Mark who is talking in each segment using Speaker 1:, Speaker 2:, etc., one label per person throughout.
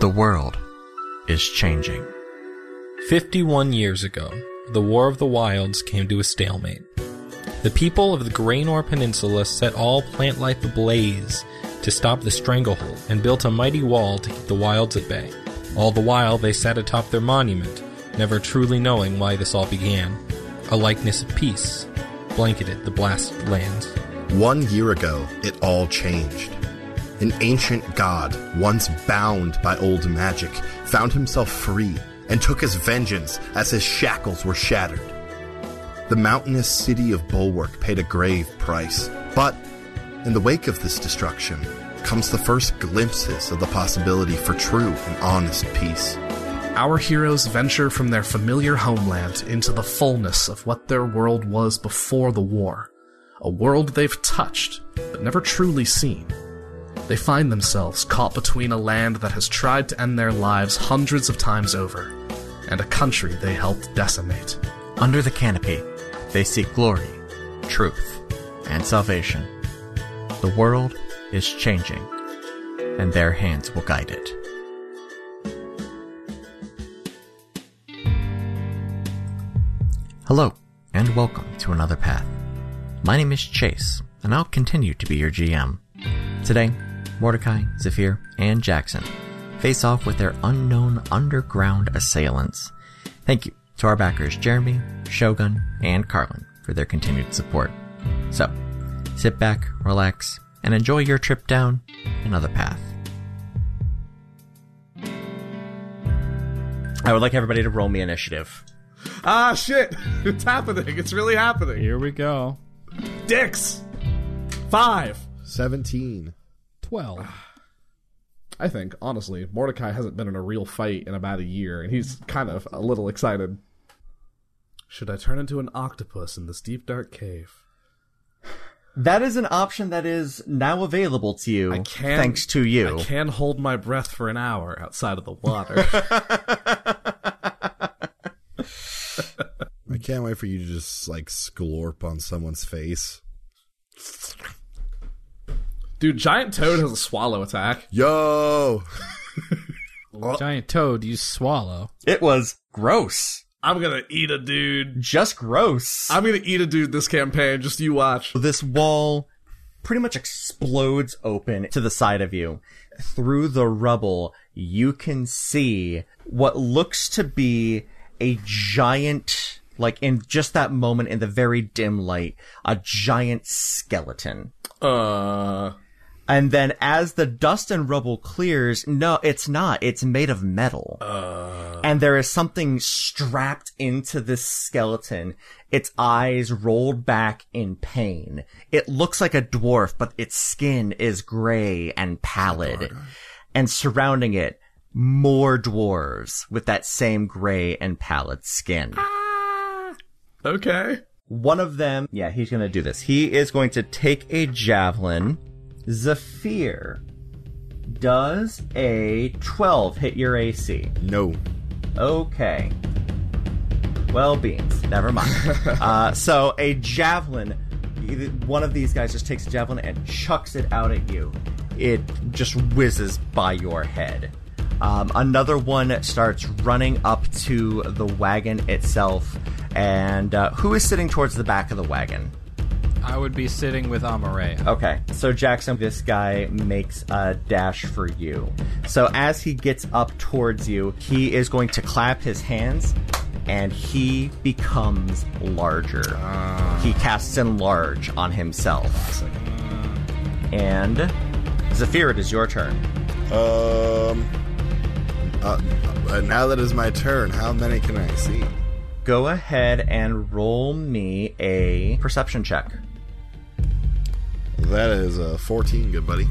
Speaker 1: The world is changing.
Speaker 2: 51 years ago, the War of the Wilds came to a stalemate. The people of the Graynor Peninsula set all plant life ablaze to stop the stranglehold and built a mighty wall to keep the wilds at bay. All the while, they sat atop their monument, never truly knowing why this all began. A likeness of peace blanketed the blasted lands.
Speaker 3: One year ago, it all changed. An ancient god, once bound by old magic, found himself free and took his vengeance as his shackles were shattered. The mountainous city of Bulwark paid a grave price, but in the wake of this destruction comes the first glimpses of the possibility for true and honest peace.
Speaker 4: Our heroes venture from their familiar homeland into the fullness of what their world was before the war a world they've touched but never truly seen. They find themselves caught between a land that has tried to end their lives hundreds of times over and a country they helped decimate.
Speaker 1: Under the canopy, they seek glory, truth, and salvation. The world is changing, and their hands will guide it. Hello, and welcome to another path. My name is Chase, and I'll continue to be your GM. Today, Mordecai, Zephyr, and Jackson face off with their unknown underground assailants. Thank you to our backers Jeremy, Shogun, and Carlin for their continued support. So, sit back, relax, and enjoy your trip down another path.
Speaker 5: I would like everybody to roll me initiative.
Speaker 6: Ah, shit! It's happening. It's really happening.
Speaker 7: Here we go.
Speaker 6: Dicks. Five.
Speaker 3: 17.
Speaker 7: 12.
Speaker 6: I think honestly, Mordecai hasn't been in a real fight in about a year, and he's kind of a little excited.
Speaker 4: Should I turn into an octopus in this deep dark cave?
Speaker 5: That is an option that is now available to you.
Speaker 4: I can
Speaker 5: thanks to you.
Speaker 4: I can hold my breath for an hour outside of the water.
Speaker 3: I can't wait for you to just like sglorp on someone's face.
Speaker 6: Dude, giant toad has a swallow attack.
Speaker 3: Yo!
Speaker 7: Giant toad, you swallow.
Speaker 5: It was gross.
Speaker 6: I'm gonna eat a dude.
Speaker 5: Just gross.
Speaker 6: I'm gonna eat a dude this campaign. Just you watch.
Speaker 5: this wall pretty much explodes open to the side of you. Through the rubble, you can see what looks to be a giant, like in just that moment in the very dim light, a giant skeleton.
Speaker 6: Uh,
Speaker 5: And then as the dust and rubble clears, no, it's not. It's made of metal. And there is something strapped into this skeleton. Its eyes rolled back in pain. It looks like a dwarf, but its skin is gray and pallid. And surrounding it, more dwarves with that same gray and pallid skin.
Speaker 6: okay.
Speaker 5: One of them, yeah, he's going to do this. He is going to take a javelin. Zephyr, does a 12 hit your AC?
Speaker 3: No.
Speaker 5: Okay. Well, beans. Never mind. uh, so, a javelin. One of these guys just takes a javelin and chucks it out at you. It just whizzes by your head. Um, another one starts running up to the wagon itself. And uh, who is sitting towards the back of the wagon?
Speaker 7: I would be sitting with Amare.
Speaker 5: Okay, so Jackson, this guy makes a dash for you. So as he gets up towards you, he is going to clap his hands and he becomes larger. He casts enlarge on himself. And Zephyr, it is your turn.
Speaker 3: Um. Uh, uh, now that is my turn. How many can I see?
Speaker 5: Go ahead and roll me a perception check.
Speaker 3: That is uh, 14, good buddy.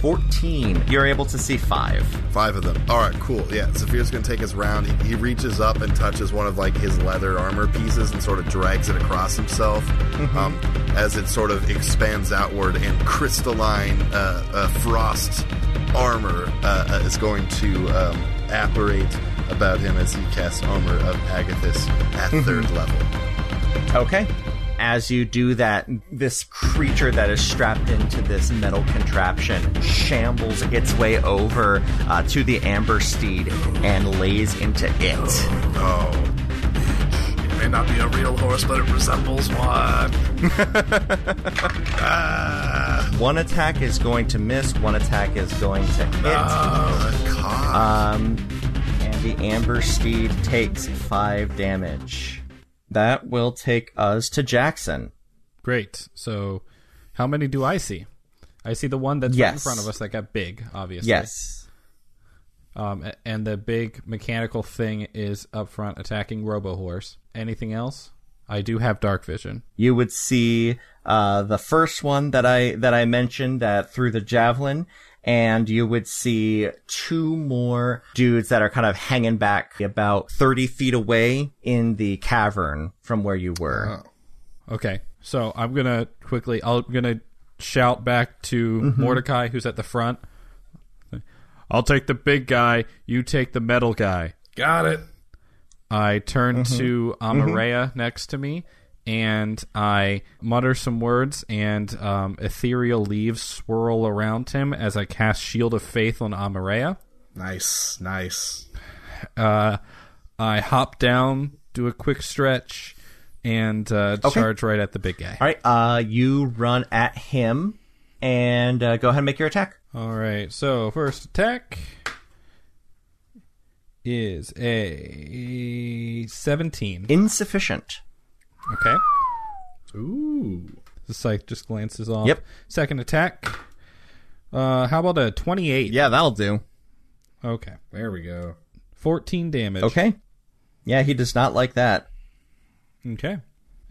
Speaker 5: 14. You're able to see five.
Speaker 3: Five of them. All right, cool. Yeah, Zephyr's gonna take his round. He, he reaches up and touches one of like his leather armor pieces and sort of drags it across himself um, as it sort of expands outward and crystalline uh, uh, frost armor uh, uh, is going to um, apparate about him as he casts armor of Agathis at third level.
Speaker 5: Okay. as you do that, this creature that is strapped into this metal contraption shambles its way over uh, to the amber steed and lays into it.
Speaker 4: It may not be a real horse, but it resembles one.
Speaker 5: One attack is going to miss, one attack is going to hit. Um, and the Amber Steed takes five damage. That will take us to Jackson.
Speaker 7: Great. So, how many do I see? I see the one that's right in
Speaker 5: Yes.
Speaker 7: front of us that got big, obviously.
Speaker 5: Yes.
Speaker 7: Um, a- and the big mechanical thing is up front attacking Robo Horse. Anything else? I do have dark vision.
Speaker 5: You would see uh, the first one that I that I mentioned that threw the javelin, and you would see two more dudes that are kind of hanging back about thirty feet away in the cavern from where you were.
Speaker 7: Okay, so I'm gonna quickly. I'm gonna shout back to
Speaker 5: Mm-hmm.
Speaker 7: Mordecai, who's at the front. I'll take the big guy. You take the metal guy.
Speaker 4: Got it.
Speaker 7: I turn
Speaker 5: Mm-hmm.
Speaker 7: to Amareya next to me, and I mutter some words, and um, ethereal leaves swirl around him as I cast Shield of Faith on Amareya.
Speaker 4: Nice, nice.
Speaker 7: I hop down, do a quick stretch, and uh, charge right at the big guy.
Speaker 5: All right, uh, you run at him and uh, go ahead and make your attack.
Speaker 7: All right, so first attack is a 17.
Speaker 5: Insufficient.
Speaker 7: Okay. Ooh. The scythe just glances off.
Speaker 5: Yep.
Speaker 7: Second attack. Uh, how about a 28?
Speaker 5: Yeah, that'll do.
Speaker 7: Okay.
Speaker 6: There we go.
Speaker 7: 14 damage.
Speaker 5: Okay. Yeah, he does not like that.
Speaker 7: Okay.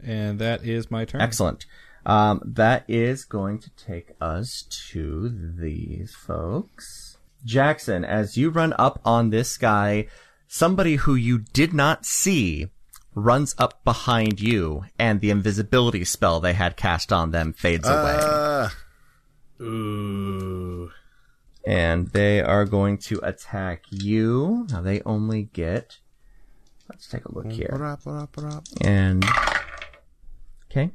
Speaker 7: And that is my turn.
Speaker 5: Excellent. Um, that is going to take us to these folks. Jackson, as you run up on this guy, somebody who you did not see runs up behind you, and the invisibility spell they had cast on them fades away.
Speaker 3: Uh,
Speaker 4: Ooh.
Speaker 5: And they are going to attack you. Now they only get. Let's take a look here.
Speaker 3: ba-da, ba-da, ba-da.
Speaker 5: And okay,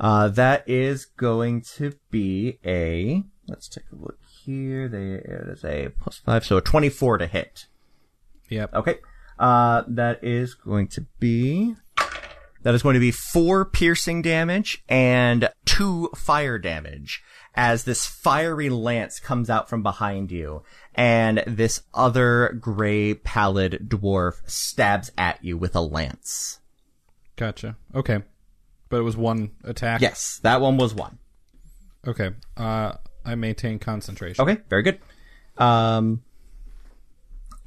Speaker 5: uh, that is going to be a. Let's take a look here. There is a plus five, so a twenty-four to hit.
Speaker 7: Yep.
Speaker 5: Okay, uh, that is going to be. That is going to be four piercing damage and two fire damage as this fiery lance comes out from behind you and this other gray pallid dwarf stabs at you with a lance.
Speaker 7: Gotcha. Okay. But it was one attack.
Speaker 5: Yes, that one was one.
Speaker 7: Okay. Uh, I maintain concentration.
Speaker 5: Okay, very good. Um,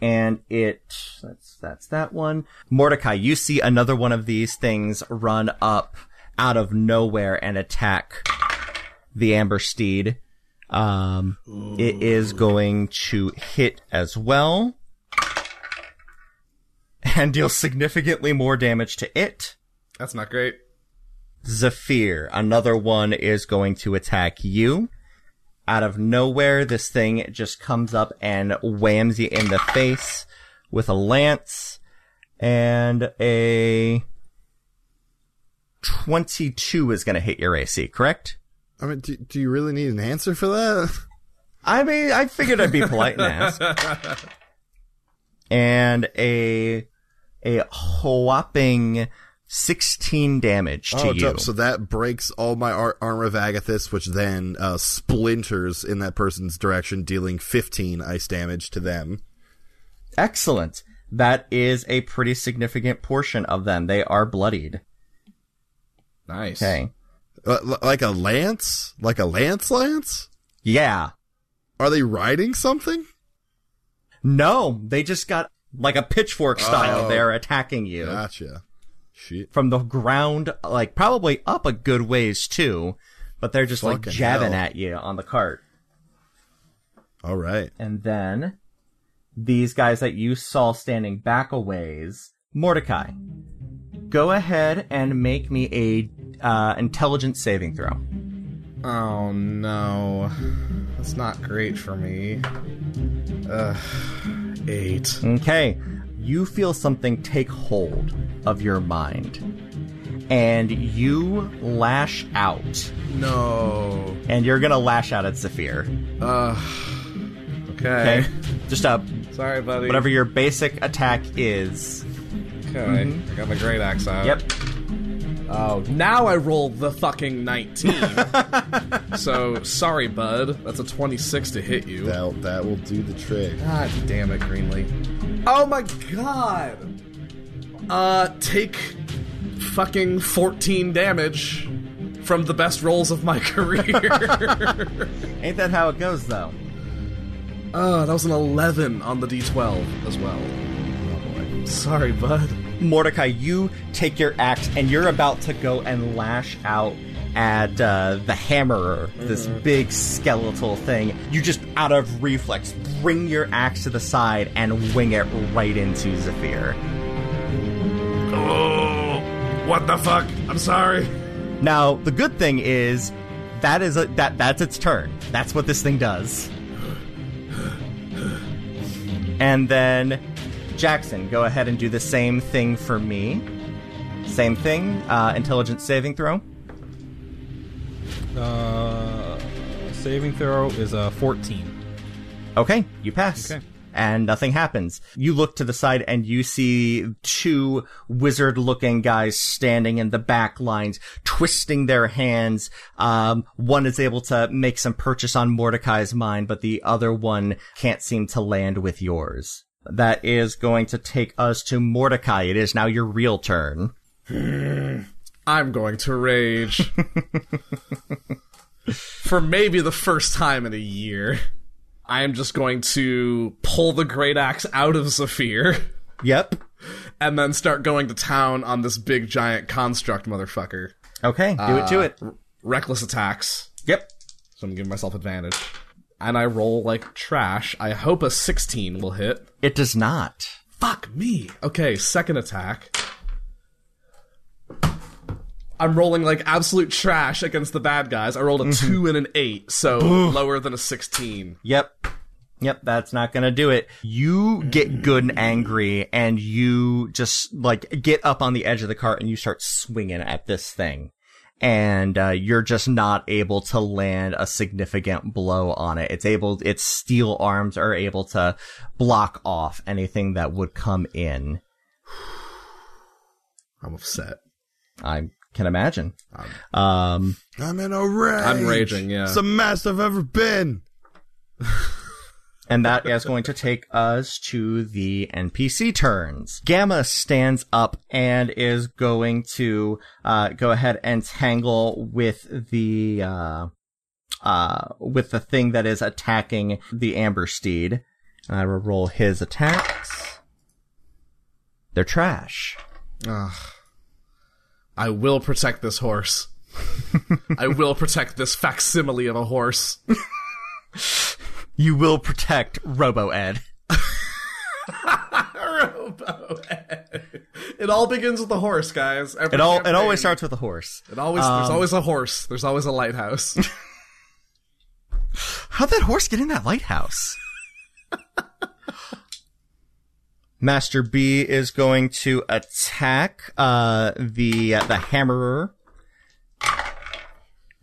Speaker 5: and it that's that's that one. Mordecai, you see another one of these things run up out of nowhere and attack the Amber Steed. Um, it is going to hit as well, and deal significantly more damage to it.
Speaker 4: That's not great.
Speaker 5: Zephyr, another one is going to attack you. Out of nowhere, this thing just comes up and whams you in the face with a lance and a 22 is going to hit your AC, correct?
Speaker 3: I mean, do, do you really need an answer for that?
Speaker 5: I mean, I figured I'd be polite and ask. And a a whopping 16 damage to
Speaker 3: oh,
Speaker 5: you.
Speaker 3: dope. so that breaks all my ar- armor of Agathis, which then uh, splinters in that person's direction, dealing 15 ice damage to them.
Speaker 5: Excellent. That is a pretty significant portion of them. They are bloodied.
Speaker 6: Nice.
Speaker 5: Okay.
Speaker 3: Uh, l- like a lance? Like a lance lance?
Speaker 5: Yeah.
Speaker 3: Are they riding something?
Speaker 5: No, they just got like a pitchfork style.
Speaker 3: Oh.
Speaker 5: They're attacking you
Speaker 3: Gotcha. Shit.
Speaker 5: from the ground, like probably up a good ways too, but they're just like
Speaker 3: Fucking
Speaker 5: jabbing
Speaker 3: hell.
Speaker 5: at you on the cart.
Speaker 3: All right.
Speaker 5: And then these guys that you saw standing back a ways, Mordecai, go ahead and make me a uh, intelligence saving throw.
Speaker 6: Oh no, that's not great for me.
Speaker 4: Eight.
Speaker 5: Okay. You feel something take hold of your mind. and you lash out.
Speaker 6: No.
Speaker 5: And you're gonna lash out at Zephyr.
Speaker 6: Okay.
Speaker 5: Okay? Just up.
Speaker 6: Sorry, buddy.
Speaker 5: Whatever your basic attack is.
Speaker 6: Okay. I got my great axe out.
Speaker 5: Mm-hmm. Yep.
Speaker 6: Oh, now I roll the fucking 19. so, sorry, bud. That's a 26 to hit you.
Speaker 3: That, that will do the trick.
Speaker 6: God damn it, Greenlee. Oh my god! Uh, take fucking 14 damage from the best rolls of my career.
Speaker 5: Ain't that how it goes though?
Speaker 6: Oh, that was an 11 on the d12 as well. Oh, Sorry, bud.
Speaker 5: Mordecai, you take your axe and you're about to go and lash out at uh, the hammerer, this big skeletal thing. You just, out of reflex, bring your axe to the side and wing it right into Zephyr.
Speaker 6: Oh, what the fuck? I'm sorry.
Speaker 5: Now, the good thing is that is a, that that's its turn. That's what this thing does. And then Jackson, go ahead and do the same thing for me. Same thing, uh, intelligence saving throw.
Speaker 2: Uh, saving throw is uh, a 14.
Speaker 5: Okay, you pass.
Speaker 2: Okay.
Speaker 5: And nothing happens. You look to the side and you see two wizard looking guys standing in the back lines, twisting their hands. Um, one is able to make some purchase on Mordecai's mind, but the other one can't seem to land with yours. That is going to take us to Mordecai. It is now your real turn.
Speaker 6: I'm going to rage. For maybe the first time in a year, I am just going to pull the great axe out of Zephyr
Speaker 5: Yep.
Speaker 6: and then start going to town on this big giant construct motherfucker.
Speaker 5: Okay, do it to it.
Speaker 6: Reckless attacks,
Speaker 5: Yep.
Speaker 6: so I'm giving myself advantage. And I roll like trash. I hope a 16 will hit.
Speaker 5: It does not.
Speaker 6: Fuck me. Okay, second attack. I'm rolling like absolute trash against the bad guys. I rolled a
Speaker 5: Mm-hmm.
Speaker 6: two and an eight, so lower than a sixteen.
Speaker 5: Yep. Yep, that's not gonna do it. You get good and angry and you just like get up on the edge of the cart and you start swinging at this thing. And, uh, you're just not able to land a significant blow on it. It's able, its steel arms are able to block off anything that would come in.
Speaker 6: I'm upset.
Speaker 5: I can imagine. Um,
Speaker 3: I'm in a rage.
Speaker 6: I'm raging, yeah.
Speaker 3: It's the mess I've ever been.
Speaker 5: And that is going to take us to the NPC turns. Gamma stands up and is going to uh, go ahead and tangle with the uh, uh, with the thing that is attacking the Amber Steed. And I will roll his attacks. They're trash.
Speaker 6: I will protect this horse. I will protect this facsimile of a horse.
Speaker 5: You will protect Robo Ed.
Speaker 6: Robo. it all begins with a horse, guys. Every
Speaker 5: It all it
Speaker 6: campaign.
Speaker 5: always starts Um, with a horse.
Speaker 6: It always there's always a horse. There's always a lighthouse.
Speaker 5: How'd that horse get in that lighthouse? Master B is going to attack uh, the the hammerer,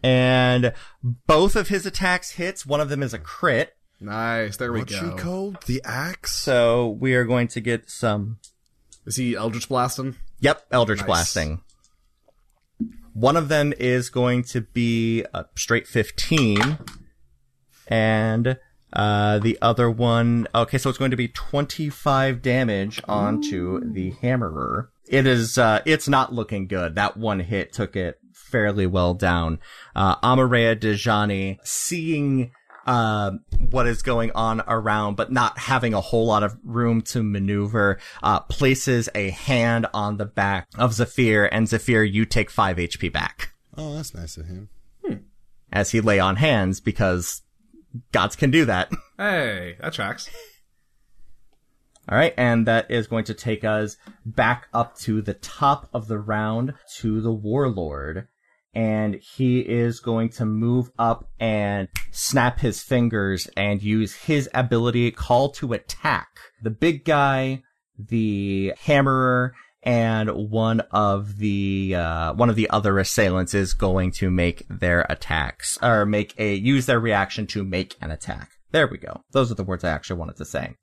Speaker 5: and both of his attacks hits. One of them is a crit,
Speaker 6: nice. There we
Speaker 3: What's she
Speaker 6: go.
Speaker 3: called? The axe?
Speaker 5: so we are going to get some.
Speaker 6: Is he Eldritch blasting?
Speaker 5: Yep, Eldritch
Speaker 6: Nice.
Speaker 5: blasting. One of them is going to be a straight 15. And uh, the other one, okay, so it's going to be 25 damage onto the hammerer. It is, uh, it's not looking good. That one hit took it fairly well down. Uh, Amareya Dejani, seeing uh, what is going on around, but not having a whole lot of room to maneuver, uh, places a hand on the back of Zephyr, and Zephyr, you take 5 HP back
Speaker 3: Oh, that's nice of him.
Speaker 5: as he lay on hands because gods can do that.
Speaker 6: Hey, that tracks.
Speaker 5: All right, and that is going to take us back up to the top of the round to the warlord. And he is going to move up and snap his fingers and use his ability call to attack. The big guy, the hammerer, and one of the uh, one of the other assailants is going to make their attacks or make a use their reaction to make an attack. There we go. Those are the words I actually wanted to say.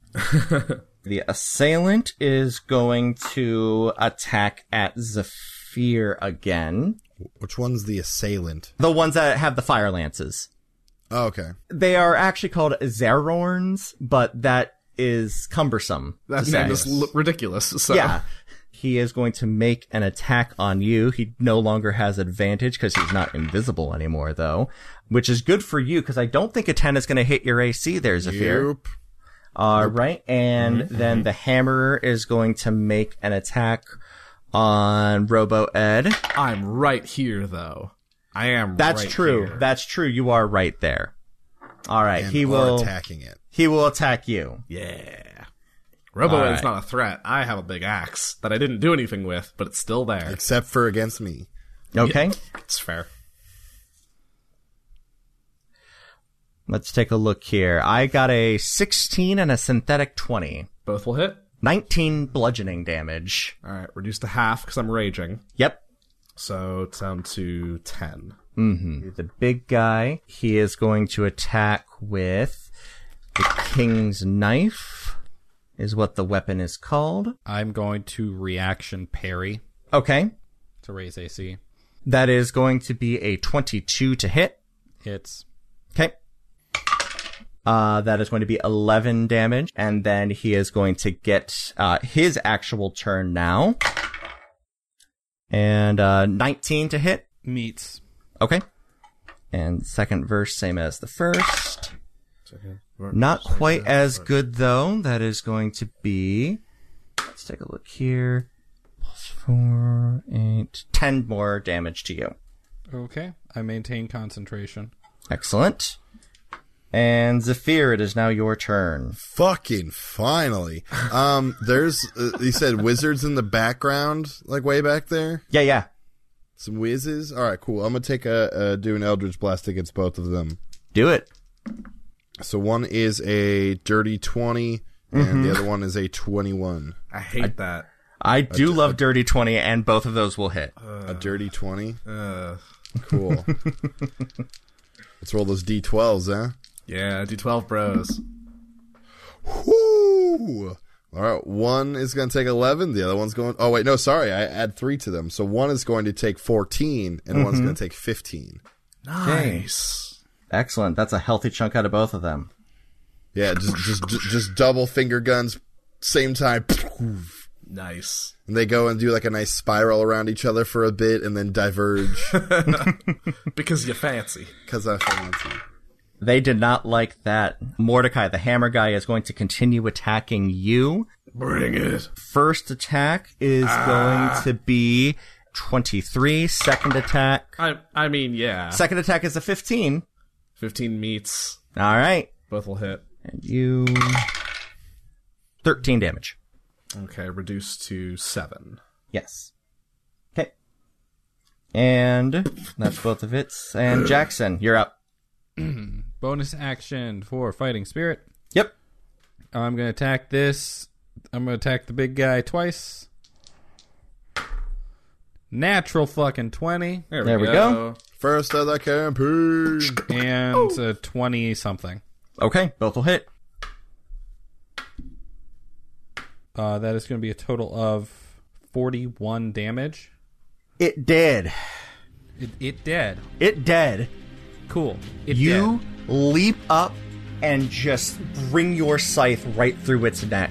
Speaker 5: the assailant is going to attack at Zephyr again.
Speaker 3: Which one's the assailant?
Speaker 5: The ones that have the fire lances.
Speaker 3: Oh, okay.
Speaker 5: They are actually called Zerorns, but that is cumbersome.
Speaker 4: That
Speaker 5: to
Speaker 4: name
Speaker 5: say.
Speaker 4: is l- ridiculous. So
Speaker 5: Yeah. He is going to make an attack on you. He no longer has advantage because he's not invisible anymore, though, which is good for you because I don't think a 10 is going to hit your AC there, Zafir.
Speaker 3: Yep.
Speaker 5: All Uh, right. And
Speaker 4: Mm-hmm,
Speaker 5: then the hammerer is going to make an attack on Robo Ed.
Speaker 4: I'm right here though. I am.
Speaker 5: That's
Speaker 4: right
Speaker 5: true.
Speaker 4: here.
Speaker 5: That's true. You are right there. All right.
Speaker 3: And
Speaker 5: he
Speaker 3: are
Speaker 5: will,
Speaker 3: attacking it.
Speaker 5: he will attack you.
Speaker 4: Yeah. Robo
Speaker 5: All
Speaker 4: is
Speaker 5: right.
Speaker 4: not a threat. I have a big axe that I didn't do anything with, but it's still there.
Speaker 3: Except for against me.
Speaker 5: Okay.
Speaker 4: It's fair.
Speaker 5: Let's take a look here. I got a 16 and a synthetic 20.
Speaker 4: Both will hit.
Speaker 5: 19 bludgeoning damage.
Speaker 4: All right, reduced to half because I'm raging.
Speaker 5: Yep.
Speaker 4: So it's down to ten.
Speaker 7: Mm.
Speaker 5: The big guy, he is going to attack with the king's knife, is what the weapon is called.
Speaker 7: I'm going to reaction parry
Speaker 5: Okay.
Speaker 7: to raise AC.
Speaker 5: That is going to be a 22 to hit.
Speaker 7: Hits.
Speaker 5: Okay. Uh, that is going to be 11 damage. And then he is going to get uh, his actual turn now. And uh, 19 to hit.
Speaker 7: Meets.
Speaker 5: Okay. And second verse, same as the first. Not quite as good though. That is going to be. Let's take a look here. Plus four, eight, ten more damage to you.
Speaker 7: Okay. I maintain concentration.
Speaker 5: Excellent. And Zephyr, it is now your turn.
Speaker 3: Fucking finally. Um, there's, uh, you said wizards in the background, like way back there.
Speaker 5: Yeah, yeah.
Speaker 3: Some whizzes. All right, cool. I'm gonna take a, uh do an eldritch blast against both of them.
Speaker 5: Do it.
Speaker 3: So one is a dirty 20
Speaker 5: Mm-hmm.
Speaker 3: and the other one is a twenty-one.
Speaker 4: I hate that.
Speaker 5: I do love Dirty 20, and both of those will hit.
Speaker 3: a dirty twenty.
Speaker 4: Uh,
Speaker 3: Cool. Let's roll those d12s, huh?
Speaker 4: yeah, D12 bros.
Speaker 3: Woo! All right, one is going to take 11. The other one's going. Oh, wait, no, sorry. I add three to them. So one is going to take 14, and one's going to take 15.
Speaker 4: Nice.
Speaker 5: Excellent. That's a healthy chunk out of both of them.
Speaker 3: Yeah, just just ju- just double finger guns, same time. And
Speaker 4: Nice.
Speaker 3: they go and do like a nice spiral around each other for a bit, and then diverge
Speaker 4: Because you fancy.
Speaker 3: because I fancy.
Speaker 5: They did not like that. Mordecai, the hammer guy, is going to continue attacking you.
Speaker 4: Bring it.
Speaker 5: First attack is going to be 23. Second attack.
Speaker 4: I I mean, yeah.
Speaker 5: Second attack is a 15.
Speaker 4: 15 meets.
Speaker 5: All right.
Speaker 4: Both will hit.
Speaker 5: And you. 13 damage.
Speaker 4: Okay, reduced to 7.
Speaker 5: Yes. Okay. And that's both of its. And Jackson, you're up. Oh.
Speaker 7: Bonus action for fighting spirit.
Speaker 5: Yep.
Speaker 7: I'm gonna attack this. I'm gonna attack the big guy twice. Natural fucking twenty
Speaker 5: There we go. Oh.
Speaker 3: First of the campaign.
Speaker 7: and uh, twenty something.
Speaker 5: Okay. Both will hit.
Speaker 7: Uh, that is gonna be a total of forty-one damage.
Speaker 5: It did.
Speaker 7: It, it dead.
Speaker 5: It dead.
Speaker 7: Cool. It
Speaker 5: You leap up and just bring your scythe right through its neck.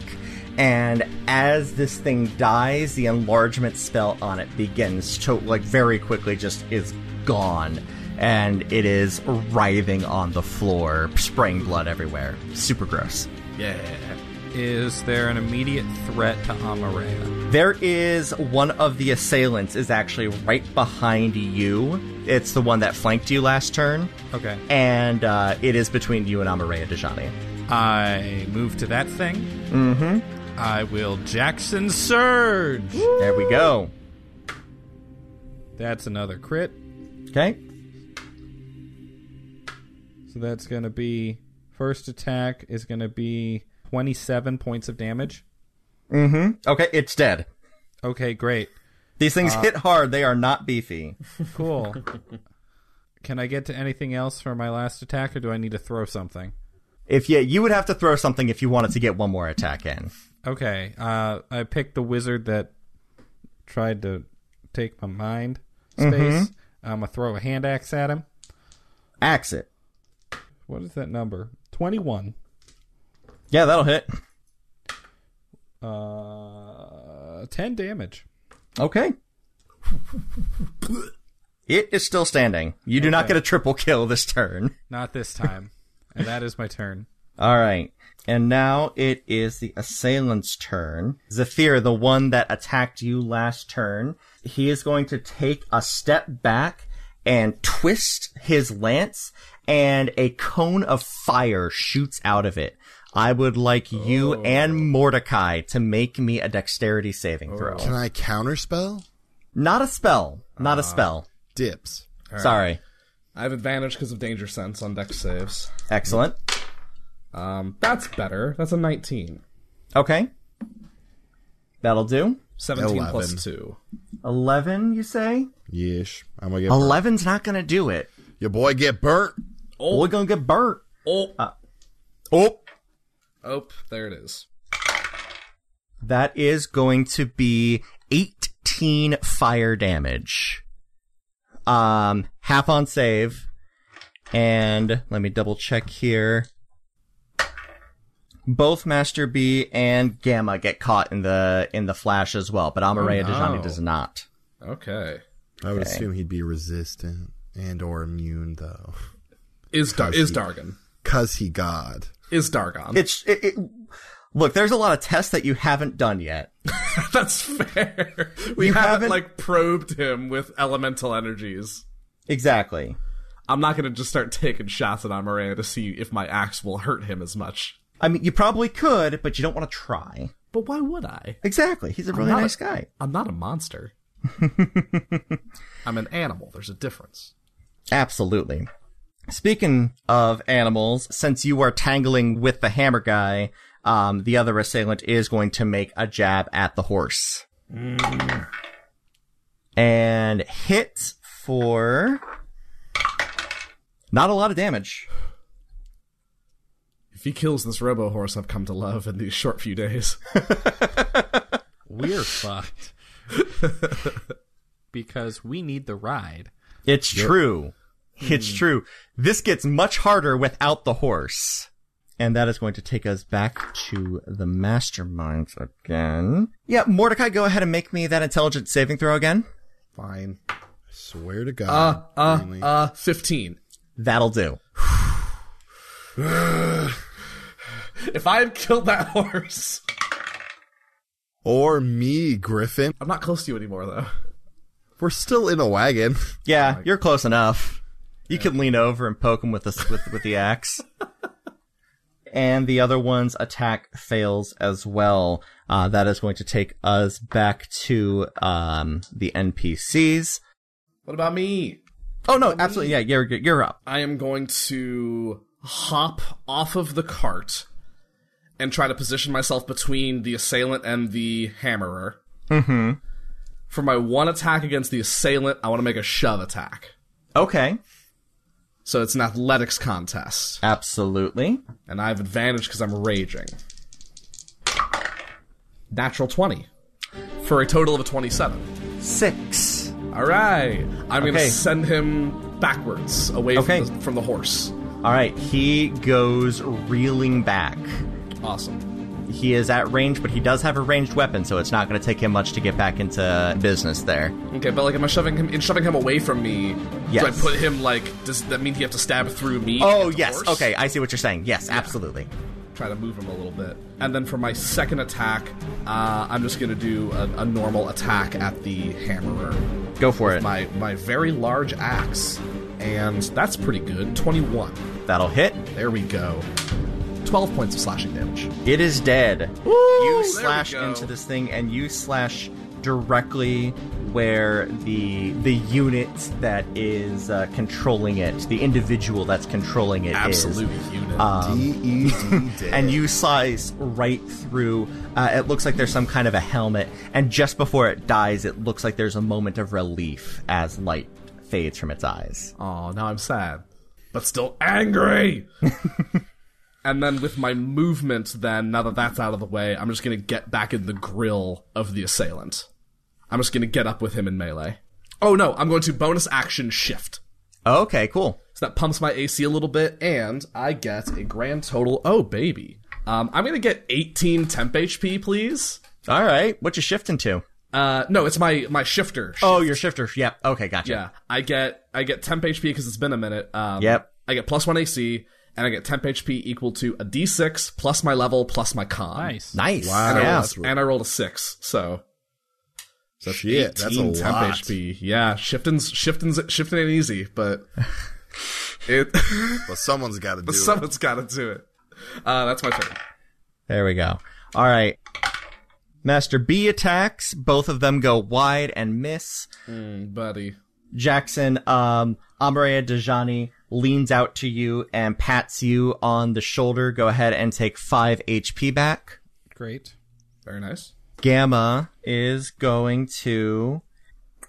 Speaker 5: And as this thing dies, the enlargement spell on it begins to, like, very quickly just is gone. And it is writhing on the floor, spraying blood everywhere. Super gross.
Speaker 4: Yeah.
Speaker 7: dead. Is there an immediate threat to Amarea?
Speaker 5: There is one of the assailants is actually right behind you. It's the one that flanked you last turn.
Speaker 7: Okay.
Speaker 5: And uh, it is between you and Amareya Dejani.
Speaker 7: I move to that thing. Mm-hmm. I will Jackson surge.
Speaker 5: There we go.
Speaker 7: That's another crit.
Speaker 5: Okay.
Speaker 7: So that's going to be first attack is going to be 27 points of damage.
Speaker 5: Okay, it's dead.
Speaker 7: Okay, great.
Speaker 5: These things hit hard. They are not beefy.
Speaker 7: Cool. Can I get to anything else for my last attack, or do I need to throw something?
Speaker 5: If yeah, you would have to throw something if you wanted to get one more attack in.
Speaker 7: Okay, uh, I picked the wizard that tried to take my mind space. I'm gonna throw a hand axe at him.
Speaker 5: Axe it.
Speaker 7: What is that number? Twenty-one.
Speaker 5: Yeah, that'll hit.
Speaker 7: Uh, ten damage.
Speaker 5: Okay. It is still standing. You do not get a triple kill this turn.
Speaker 7: Not this time. and that is my turn.
Speaker 5: All right. And now it is the assailant's turn. Zephyr, the one that attacked you last turn, he is going to take a step back and twist his lance and a cone of fire shoots out of it. I would like you
Speaker 3: Oh.
Speaker 5: and Mordecai to make me a dexterity saving throw.
Speaker 3: Can I Ah. counterspell?
Speaker 5: Not a spell. Not a spell.
Speaker 3: Dips.
Speaker 5: Sorry.
Speaker 6: I have advantage because of danger sense on deck saves.
Speaker 5: Excellent.
Speaker 6: Um, that's better. That's a 19.
Speaker 5: Okay. That'll do.
Speaker 6: 17 plus
Speaker 3: 11.
Speaker 6: 2.
Speaker 5: 11, you say?
Speaker 3: Yeesh. I'm gonna get burnt.
Speaker 5: 11's not going to do it.
Speaker 3: Your boy get burnt.
Speaker 5: We're going to get burnt. Uh,
Speaker 6: Oh,
Speaker 5: Oh.
Speaker 6: oh, there it is.
Speaker 5: That is going to be 18 fire damage. Um, half on save. And let me double check here. Both Master B and Gamma get caught in the in the flash as well, but Amareya Dejani does not.
Speaker 6: Okay.
Speaker 3: I would assume he'd be resistant and or immune though,
Speaker 6: Is Dar- is Dargon.
Speaker 3: cause he God.
Speaker 6: Is Dargon.
Speaker 5: It's it, it, look. There's a lot of tests that you haven't done yet.
Speaker 6: That's fair. We
Speaker 5: You
Speaker 6: haven't,
Speaker 5: haven't-
Speaker 6: like probed him with elemental energies.
Speaker 5: Exactly.
Speaker 6: I'm not gonna just start taking shots at Amareya to see if my axe will hurt him as much.
Speaker 5: I mean, you probably could, but you don't want to try.
Speaker 6: But why would I?
Speaker 5: Exactly. He's a really
Speaker 6: not
Speaker 5: nice
Speaker 6: a-
Speaker 5: guy.
Speaker 6: I'm not a monster. I'm an animal. There's a difference.
Speaker 5: Absolutely. Speaking of animals, since you are tangling with the hammer guy, um, the other assailant is going to make a jab at the horse. Mm. And hit for not a lot of damage.
Speaker 6: If he kills this robo horse I've come to love in these short few days.
Speaker 7: We're fucked. because we need the ride.
Speaker 5: It's true. It's true. This gets much harder without the horse. And that is going to take us back to the masterminds again. Yeah, Mordecai, go ahead and make me that intelligent saving throw again.
Speaker 6: Fine.
Speaker 3: Swear to God.
Speaker 6: Uh, uh, 15.
Speaker 5: That'll do.
Speaker 6: If I had killed that horse.
Speaker 3: or me, Griffin.
Speaker 6: I'm not close to you anymore, though.
Speaker 3: We're still in a wagon.
Speaker 5: Yeah, you're close enough. You can lean over and poke him with the with, with the axe. and the other one's attack fails as well. Uh, that is going to take us back to um, the NPCs.
Speaker 6: What about me?
Speaker 5: Oh no, absolutely. Yeah, you're you're up.
Speaker 6: I am going to hop off of the cart and try to position myself between the assailant and the hammerer. Mm hmm.
Speaker 5: Mm-hmm.
Speaker 6: For my one attack against the assailant, I want to make a shove attack.
Speaker 5: Okay.
Speaker 6: So it's an athletics contest.
Speaker 5: Absolutely.
Speaker 6: And I have advantage because I'm raging. Natural 20. For a total of a 27.
Speaker 5: Six.
Speaker 6: All right. I'm going
Speaker 5: Okay.
Speaker 6: to send him backwards away
Speaker 5: Okay.
Speaker 6: from, the, from the horse.
Speaker 5: All right, he goes reeling back.
Speaker 6: Awesome.
Speaker 5: He is at range, but he does have a ranged weapon, so it's not going to take him much to get back into business there.
Speaker 6: Okay, but like, am I shoving him in shoving him away from me? Do I
Speaker 5: Yes.
Speaker 6: put him like? Does that mean he have to stab through me?
Speaker 5: Oh,
Speaker 6: and the
Speaker 5: yes.
Speaker 6: horse?
Speaker 5: Okay, I see what you're saying. Yes, absolutely.
Speaker 6: Try to move him a little bit, and then for my second attack, uh, I'm just gonna do a, a normal attack at the hammerer.
Speaker 5: Go for it.
Speaker 6: My my very large axe, and that's pretty good. Twenty one.
Speaker 5: That'll hit.
Speaker 6: There we go. Twelve points of slashing damage.
Speaker 5: It is dead.
Speaker 6: there
Speaker 5: you
Speaker 6: we
Speaker 5: slash
Speaker 6: go.
Speaker 5: into this thing and you slash directly where the the unit that is uh, controlling it, the individual that's controlling it, is.
Speaker 8: Absolute unit.
Speaker 3: D E D D.
Speaker 5: and you slice right through. Uh, it looks like there's some kind of a helmet, and just before it dies, it looks like there's a moment of relief as light fades from its eyes.
Speaker 6: Oh, now I'm sad.
Speaker 8: but still angry.
Speaker 6: And then with my movement, then now that that's out of the way, I'm just gonna get back in the grill of the assailant. I'm just gonna get up with him in melee. Oh no, I'm going to bonus action shift.
Speaker 5: Okay, cool.
Speaker 6: So that pumps my AC a little bit, and I get a grand total. Oh baby, um, I'm gonna get 18 temp HP, please.
Speaker 5: All right, what you shifting to?
Speaker 6: Uh, no, it's my my shifter.
Speaker 5: Oh, your shifter. Yep. Okay, gotcha.
Speaker 6: Yeah, I get I get temp HP because it's been a minute. Um,
Speaker 5: Yep.
Speaker 6: I get plus one AC, and I get temp HP equal to a D6 plus my level plus my con.
Speaker 7: Nice.
Speaker 5: Nice.
Speaker 3: Wow.
Speaker 5: Yeah.
Speaker 3: That's-
Speaker 6: and I rolled a six. So
Speaker 3: Shit, that's a
Speaker 6: 18 temp
Speaker 3: lot.
Speaker 6: HP. Yeah, shifting's shifting's shifting ain't easy, but it
Speaker 3: But someone's got to do it.
Speaker 6: someone's got to do it. Uh, that's my turn.
Speaker 5: There we go. All right. Master B attacks. Both of them go wide and miss.
Speaker 6: Buddy,
Speaker 5: Jackson, um, Amaria Dejani leans out to you and pats you on the shoulder. Go ahead and take five HP back.
Speaker 7: Great.
Speaker 6: very nice.
Speaker 5: Gamma is going to.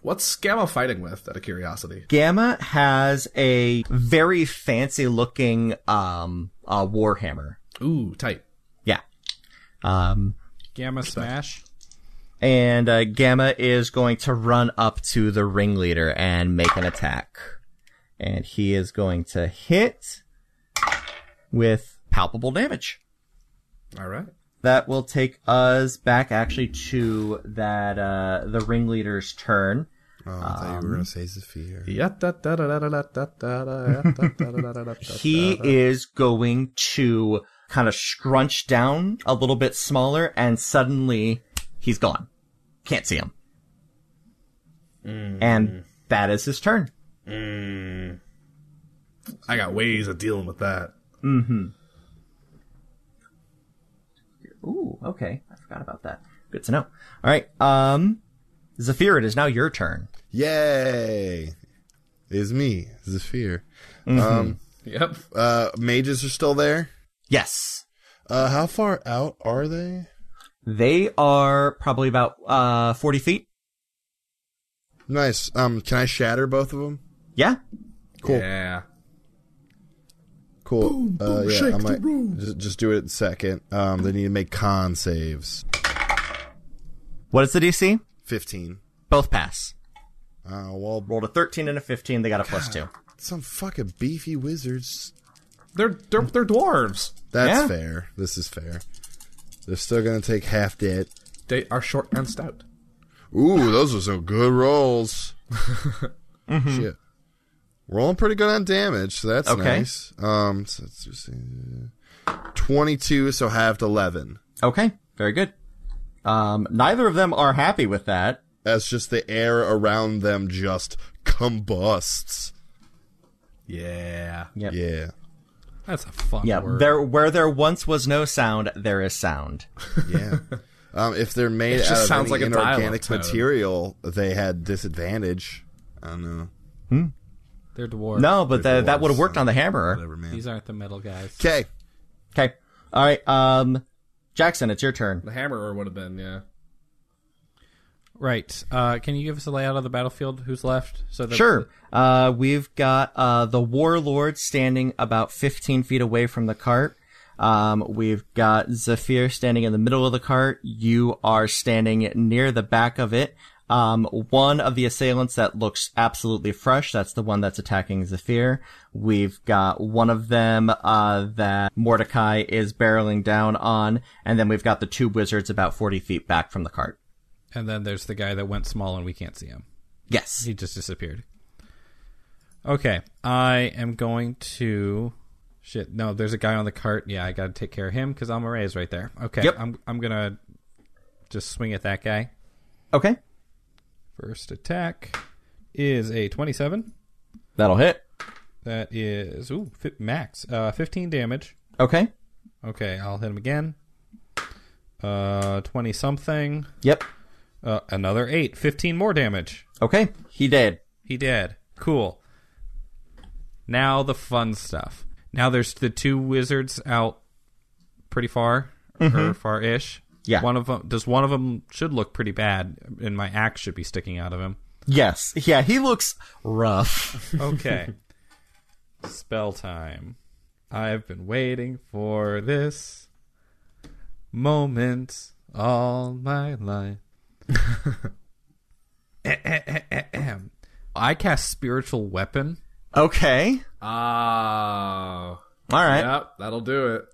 Speaker 6: What's Gamma fighting with? Out of curiosity.
Speaker 5: Gamma has a very fancy looking, um, uh, warhammer.
Speaker 6: Ooh, tight.
Speaker 5: Yeah. Um,
Speaker 7: Gamma smash.
Speaker 5: and uh, Gamma is going to run up to the ringleader and make an attack. And he is going to hit with palpable damage.
Speaker 6: All right.
Speaker 5: That will take us back actually to that uh, the ringleader's turn.
Speaker 3: Oh, I thought you were
Speaker 6: Um,
Speaker 3: going to say Zephyr.
Speaker 5: He is going to kind of scrunch down a little bit smaller, and suddenly he's gone. Can't see him. And that is his turn.
Speaker 8: I got ways of dealing with that.
Speaker 5: Ooh, okay. I forgot about that. Good to know. All right. Um, Zephyr, it is now your turn.
Speaker 3: Yay! Is me, Zephyr.
Speaker 6: Yep.
Speaker 3: Uh, mages are still there.
Speaker 5: Yes.
Speaker 3: Uh, how far out are they?
Speaker 5: They are probably about uh 40 feet.
Speaker 3: Nice. Um, can I shatter both of them?
Speaker 5: Yeah.
Speaker 3: Cool.
Speaker 6: Yeah.
Speaker 3: Cool. uh, yeah, I might Just, just do it in second. Um, they need to make con saves.
Speaker 5: What is the DC?
Speaker 3: Fifteen.
Speaker 5: Both pass.
Speaker 3: Uh, well,
Speaker 5: Rolled a 13 and a 15. They got a plus two.
Speaker 3: some fucking beefy wizards.
Speaker 6: They're they're they're dwarves.
Speaker 3: That's
Speaker 5: Yeah.
Speaker 3: fair. This is fair. They're still gonna take half dead.
Speaker 6: They are short and stout.
Speaker 3: Ooh, those are some good rolls.
Speaker 6: Mm-hmm.
Speaker 3: Shit. Rolling pretty good on damage, so that's
Speaker 5: Okay.
Speaker 3: nice. Um, so it's just, uh, 22, so halved 11.
Speaker 5: Okay. Very good. Um, neither of them are happy with that.
Speaker 3: As just the air around them just combusts.
Speaker 6: Yeah.
Speaker 5: Yep.
Speaker 3: Yeah.
Speaker 7: That's a fun
Speaker 5: Yeah.
Speaker 7: word.
Speaker 5: There, where there once was no sound, there is sound.
Speaker 3: Yeah. um, if they're made
Speaker 6: just
Speaker 3: out of any
Speaker 6: sounds like a dial-up
Speaker 3: inorganic
Speaker 6: tone.
Speaker 3: material, they had disadvantage. I don't know.
Speaker 7: They're dwarves.
Speaker 5: No, but
Speaker 3: Before
Speaker 5: that that would have
Speaker 3: it's,
Speaker 5: worked
Speaker 3: uh,
Speaker 5: on the hammer.
Speaker 3: Whatever, man.
Speaker 7: These aren't the metal guys.
Speaker 3: Okay.
Speaker 5: Okay. All right. Um, Jackson, it's your turn.
Speaker 6: The hammerer would have been yeah.
Speaker 7: Right. Uh, can you give us a layout of the battlefield? Who's left? So that
Speaker 5: Sure. Uh, we've got uh, the warlord standing about 15 feet away from the cart. Um, we've got Zephyr standing in the middle of the cart. You are standing near the back of it. Um, one of the assailants that looks absolutely fresh. That's the one that's attacking Zephyr. We've got one of them, uh, that Mordecai is barreling down on. And then we've got the two wizards about 40 feet back from the cart.
Speaker 7: And then there's the guy that went small and we can't see him.
Speaker 5: Yes.
Speaker 7: He just disappeared. Okay. I am going to. Shit. No, there's a guy on the cart. Yeah, I got to take care of him because Almaray is right there. Okay.
Speaker 5: Yep.
Speaker 7: I'm, I'm going to just swing at that guy.
Speaker 5: Okay.
Speaker 7: First attack is a 27.
Speaker 5: That'll hit.
Speaker 7: That is. Ooh, fi- max. Uh, 15 damage.
Speaker 5: Okay.
Speaker 7: Okay, I'll hit him again. Uh, 20 something.
Speaker 5: Yep.
Speaker 7: Uh, another eight. 15 more damage.
Speaker 5: Okay, he did.
Speaker 7: He did. Cool. Now the fun stuff. Now there's the two wizards out pretty far or far ish.
Speaker 5: Yeah.
Speaker 7: One of them does one of them should look pretty bad and my axe should be sticking out of him.
Speaker 5: Yes, yeah, he looks rough.
Speaker 7: Okay. Spell time. I've been waiting for this moment all my life. Ahem. I cast spiritual weapon.
Speaker 5: Okay,
Speaker 6: Oh.
Speaker 5: all right.
Speaker 6: Yep, that'll do it.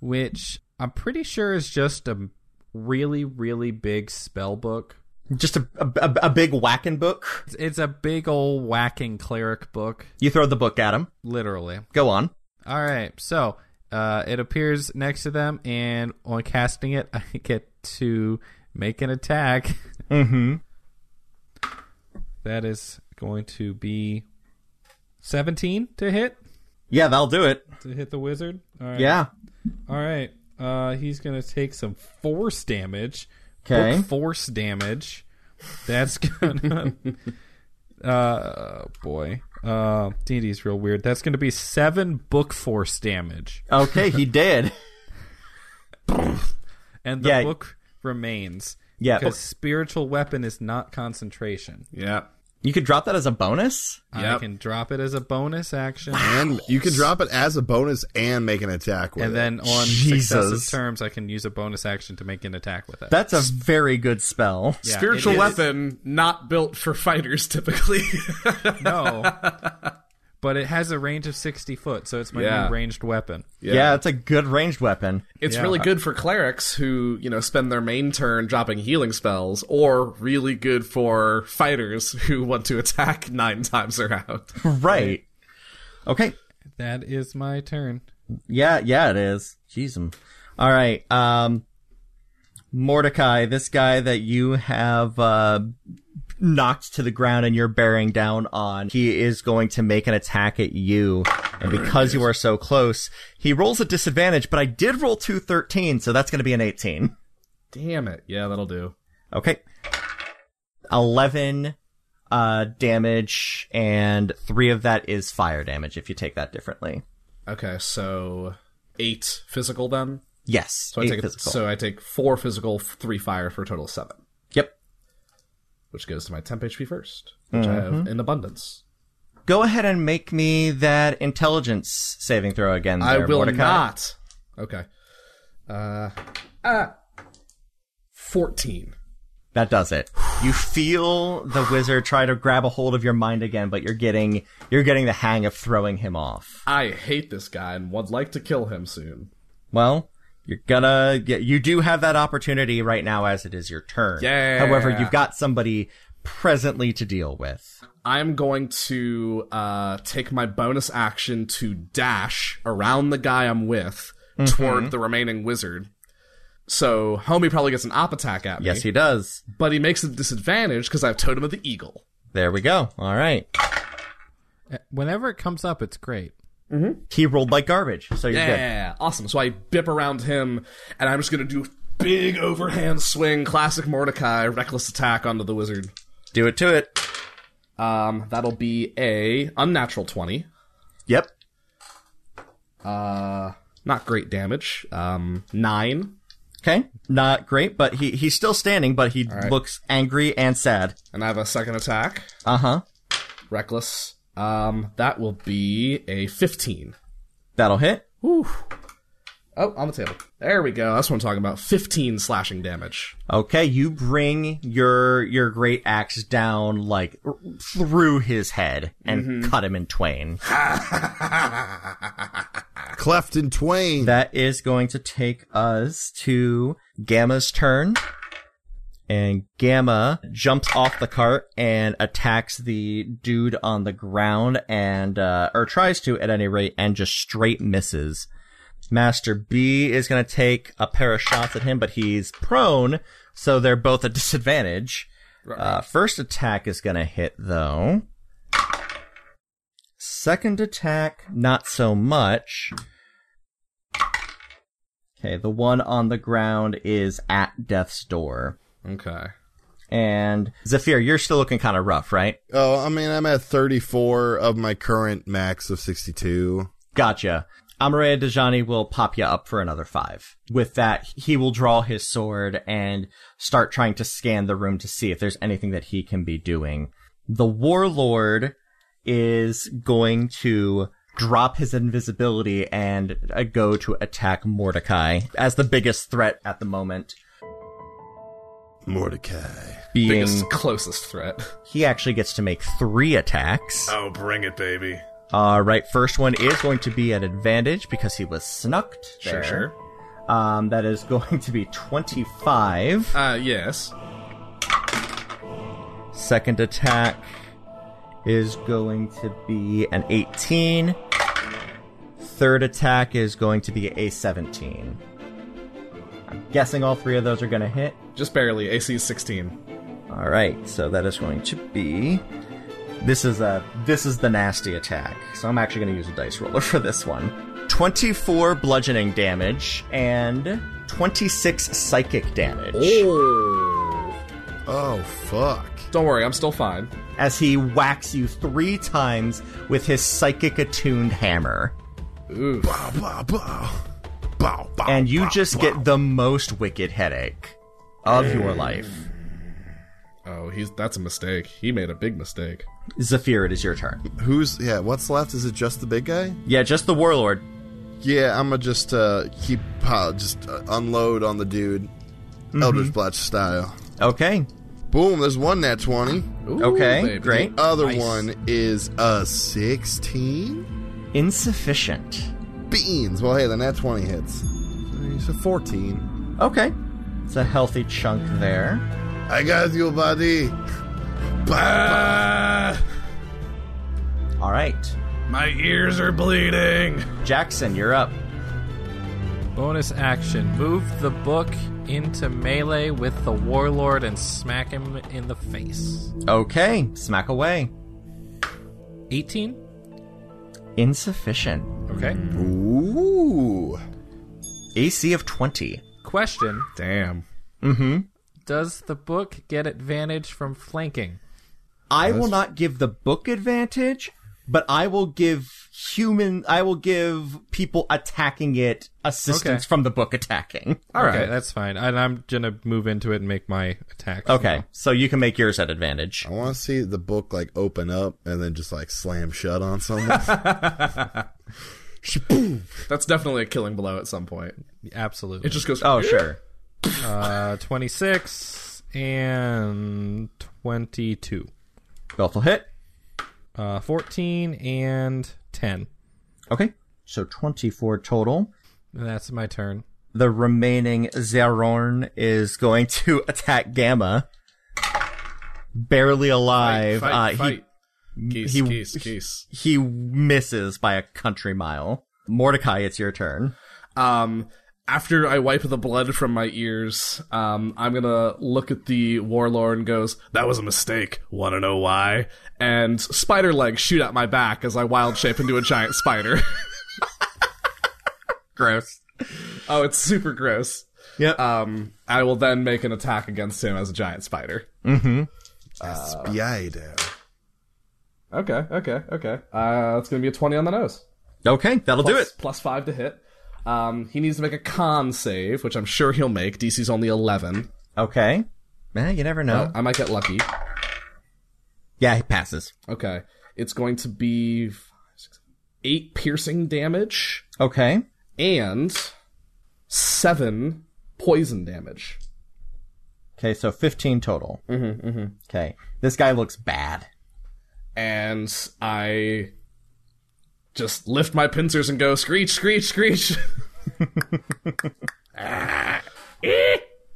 Speaker 7: which I'm pretty sure is just a really, really big spell book.
Speaker 5: Just a, a a- a big whacking book.
Speaker 7: It's, it's a big old whacking cleric book,
Speaker 5: You throw the book at him.
Speaker 7: literally.
Speaker 5: Go on.
Speaker 7: All right, so uh, it appears next to them, and on casting it, I get to make an attack. Mm-hmm. That is going to be 17 to hit
Speaker 5: Yeah, that'll do it.
Speaker 7: to hit the wizard. All right.
Speaker 5: Yeah.
Speaker 7: All right. Uh, he's gonna take some force damage.
Speaker 5: Okay.
Speaker 7: Book force damage. That's gonna. uh, boy. Uh, D&D is real weird. That's gonna be seven book force damage,
Speaker 5: Okay, he did.
Speaker 7: and the
Speaker 5: Yeah.
Speaker 7: book remains.
Speaker 5: Yeah.
Speaker 7: Because spiritual weapon is not concentration.
Speaker 6: Yep.
Speaker 5: You could drop that as a bonus.
Speaker 7: I
Speaker 6: Yep.
Speaker 7: can drop it as a bonus action,
Speaker 3: And you can drop it as a bonus and make an attack with
Speaker 7: and
Speaker 3: it.
Speaker 7: then on
Speaker 3: Jesus.
Speaker 7: successive terms, I can use a bonus action to make an attack with it.
Speaker 5: That's a very good spell.
Speaker 7: Yeah,
Speaker 6: Spiritual
Speaker 7: it is-
Speaker 6: weapon, not built for fighters typically.
Speaker 7: No. but it has a range of 60 foot, so it's my
Speaker 6: Yeah.
Speaker 7: new ranged weapon.
Speaker 5: Yeah. it's a good ranged weapon.
Speaker 6: It's
Speaker 7: Yeah.
Speaker 6: really good for clerics who, you know, spend their main turn dropping healing spells, or really good for fighters who want to attack nine times around.
Speaker 5: Right. Okay.
Speaker 7: That is my turn.
Speaker 5: Yeah, yeah, it is. Jeez. um, All right. Um, Mordecai, this guy that you have uh, knocked to the ground and you're bearing down on, he is going to make an attack at you. And because you are so close, he rolls a disadvantage, but I did roll two 13, so that's going to be an 18.
Speaker 6: Damn it. Yeah, that'll do.
Speaker 5: Okay. 11 uh, damage, and three of that is fire damage if you take that differently.
Speaker 6: Okay, so eight physical then.
Speaker 5: Yes.
Speaker 6: So I
Speaker 5: eight
Speaker 6: take
Speaker 5: physical.
Speaker 6: so I take four physical, f- three fire for a total of seven,
Speaker 5: yep.
Speaker 6: which goes to my temp HP first, which I
Speaker 5: Mm-hmm.
Speaker 6: have in abundance.
Speaker 5: Go ahead and make me that intelligence saving throw again.
Speaker 6: I
Speaker 5: there,
Speaker 6: will
Speaker 5: Mordecai.
Speaker 6: not. Okay. Uh, ah, fourteen.
Speaker 5: That does it. You feel the wizard try to grab a hold of your mind again, but you're getting you're getting the hang of throwing him off.
Speaker 6: I hate this guy and would like to kill him soon.
Speaker 5: Well, you're gonna get, you do have that opportunity right now as it is your turn.
Speaker 6: Yeah.
Speaker 5: However, you've got somebody presently to deal with.
Speaker 6: I'm going to uh, take my bonus action to dash around the guy I'm with
Speaker 5: Mm-hmm.
Speaker 6: toward the remaining wizard. So Homie probably gets an op attack at me,
Speaker 5: Yes, he does.
Speaker 6: but he makes a disadvantage because I have Totem of the Eagle.
Speaker 5: There we go. All right.
Speaker 7: Uh, Whenever it comes up, it's great.
Speaker 5: He rolled like garbage, so you're good.
Speaker 6: Yeah, awesome. So I bip around him, and I'm just gonna do a big overhand swing, classic Mordecai, reckless attack onto the wizard.
Speaker 5: Do it to it.
Speaker 6: Um, that'll be a unnatural twenty.
Speaker 5: Yep.
Speaker 6: Uh, not great damage. Um, nine.
Speaker 5: Okay. Not great, but he he's still standing, but he looks angry and sad.
Speaker 6: And I have a second attack.
Speaker 5: Uh huh.
Speaker 6: Reckless. Um, that will be a 15.
Speaker 5: That'll hit.
Speaker 6: Whew. Oh, on the table. There we go. That's what I'm talking about. 15 slashing damage.
Speaker 5: Okay, you bring your your great axe down like r- through his head and cut him in twain.
Speaker 3: Cleft in Twain.
Speaker 5: That is going to take us to Gamma's turn. And Gamma jumps off the cart and attacks the dude on the ground and, uh, or tries to at any rate and just straight misses. Master B is going to take a pair of shots at him, but he's prone, so they're both at disadvantage. Uh, first attack is going to hit though. Second attack, not so much. Okay, the one on the ground is at death's door.
Speaker 7: Okay.
Speaker 5: And Zephyr, you're still looking kind of rough, right?
Speaker 3: Oh, I mean, I'm at 34 of my current max of 62.
Speaker 5: Gotcha. Amareya Dejani will pop you up for another five. With that, he will draw his sword and start trying to scan the room to see if there's anything that he can be doing. The warlord is going to drop his invisibility and uh, go to attack Mordecai as the biggest threat at the moment.
Speaker 3: Mordecai.
Speaker 5: Being
Speaker 6: Biggest, closest threat.
Speaker 5: he actually gets to make three attacks.
Speaker 6: Oh, bring it, baby.
Speaker 5: All right, first one is going to be at advantage because he was snucked. there. Um, that is going to be 25.
Speaker 6: Uh, yes.
Speaker 5: Second attack is going to be an 18. Third attack is going to be a 17. I'm guessing all three of those are going to hit.
Speaker 6: Just barely. AC is 16.
Speaker 5: All right, so that is going to be this is a this is the nasty attack. So I'm actually going to use a dice roller for this one. 24 bludgeoning damage and 26 psychic damage
Speaker 3: Oh, fuck.
Speaker 6: Don't worry, I'm still fine.
Speaker 5: as he whacks you 3 times with his psychic attuned hammer.
Speaker 3: Bow, bow, bow. Bow, bow.
Speaker 5: And you
Speaker 3: bow,
Speaker 5: just
Speaker 3: bow.
Speaker 5: get the most wicked headache of your life.
Speaker 6: Oh, he's that's a mistake. He made a big mistake.
Speaker 5: Zephyr, it is your turn.
Speaker 3: Who's. Yeah, what's left? Is it just the big guy?
Speaker 5: Yeah, just the warlord.
Speaker 3: Yeah, I'm gonna just uh, keep. Uh, just uh, unload on the dude.
Speaker 5: Mm-hmm.
Speaker 3: Eldritch Blast style.
Speaker 5: Okay.
Speaker 3: Boom, there's one nat 20.
Speaker 6: Ooh,
Speaker 5: Okay.
Speaker 6: baby.
Speaker 5: Great.
Speaker 3: Other one is a 16.
Speaker 5: Insufficient.
Speaker 3: Beans. Well, hey, the nat 20 hits. So 14.
Speaker 5: Okay. It's a healthy chunk there.
Speaker 3: I got you, buddy.
Speaker 6: Ah,
Speaker 5: All right.
Speaker 6: my ears are bleeding.
Speaker 5: Jackson, you're up.
Speaker 2: Bonus action. Move the book into melee with the warlord and smack him in the face.
Speaker 5: Okay. Smack away.
Speaker 2: 18?
Speaker 5: Insufficient.
Speaker 2: Okay.
Speaker 5: Mm.
Speaker 3: Ooh.
Speaker 5: AC of 20.
Speaker 2: Question
Speaker 6: Damn.
Speaker 2: Does the book get advantage from flanking?
Speaker 5: I will not give the book advantage, but I will give human, I will give people attacking it assistance
Speaker 2: Okay.
Speaker 5: from the book attacking.
Speaker 2: All right, that's fine. And I'm gonna move into it and make my attack.
Speaker 5: Okay. So you can make yours at advantage.
Speaker 3: I want to see the book like open up and then just like slam shut on someone. Ah,
Speaker 6: That's definitely a killing blow at some point.
Speaker 2: Absolutely.
Speaker 6: It just goes.
Speaker 5: Oh, sure.
Speaker 2: uh, 26 and 22.
Speaker 5: Both will hit.
Speaker 2: Uh, 14 and 10.
Speaker 5: Okay. So 24 total.
Speaker 2: That's my turn.
Speaker 5: The remaining Zerorn is going to attack Gamma. Barely alive. uh,
Speaker 6: Fight,
Speaker 5: he-
Speaker 6: fight. Keys,
Speaker 5: he-
Speaker 6: keys, keys.
Speaker 5: he misses by a country mile. Mordecai, it's your turn.
Speaker 6: Um, after I wipe the blood from my ears, um, I'm gonna look at the warlord and goes, "That was a mistake. Wanna know why?" And spider legs shoot at my back as I wild shape into a giant spider.
Speaker 5: Gross.
Speaker 6: oh, it's super gross.
Speaker 5: Yep.
Speaker 6: Um, I will then make an attack against him as a giant spider.
Speaker 3: FBI there.
Speaker 6: Okay, okay, okay. Uh, it's gonna be a twenty on the nose.
Speaker 5: okay, that'll do
Speaker 6: Plus-
Speaker 5: it.
Speaker 6: Plus five to hit. Um, he needs to make a con save, which I'm sure he'll make. DC's only eleven.
Speaker 5: Okay. Eh, you never know.
Speaker 6: I might get lucky.
Speaker 5: yeah, he passes.
Speaker 6: Okay. It's going to be five, six, eight piercing damage
Speaker 5: Okay.
Speaker 6: and seven poison damage.
Speaker 5: Okay, so 15 total. Mm-hmm, Okay. This guy looks bad.
Speaker 6: And I just lift my pincers and go screech, screech, screech.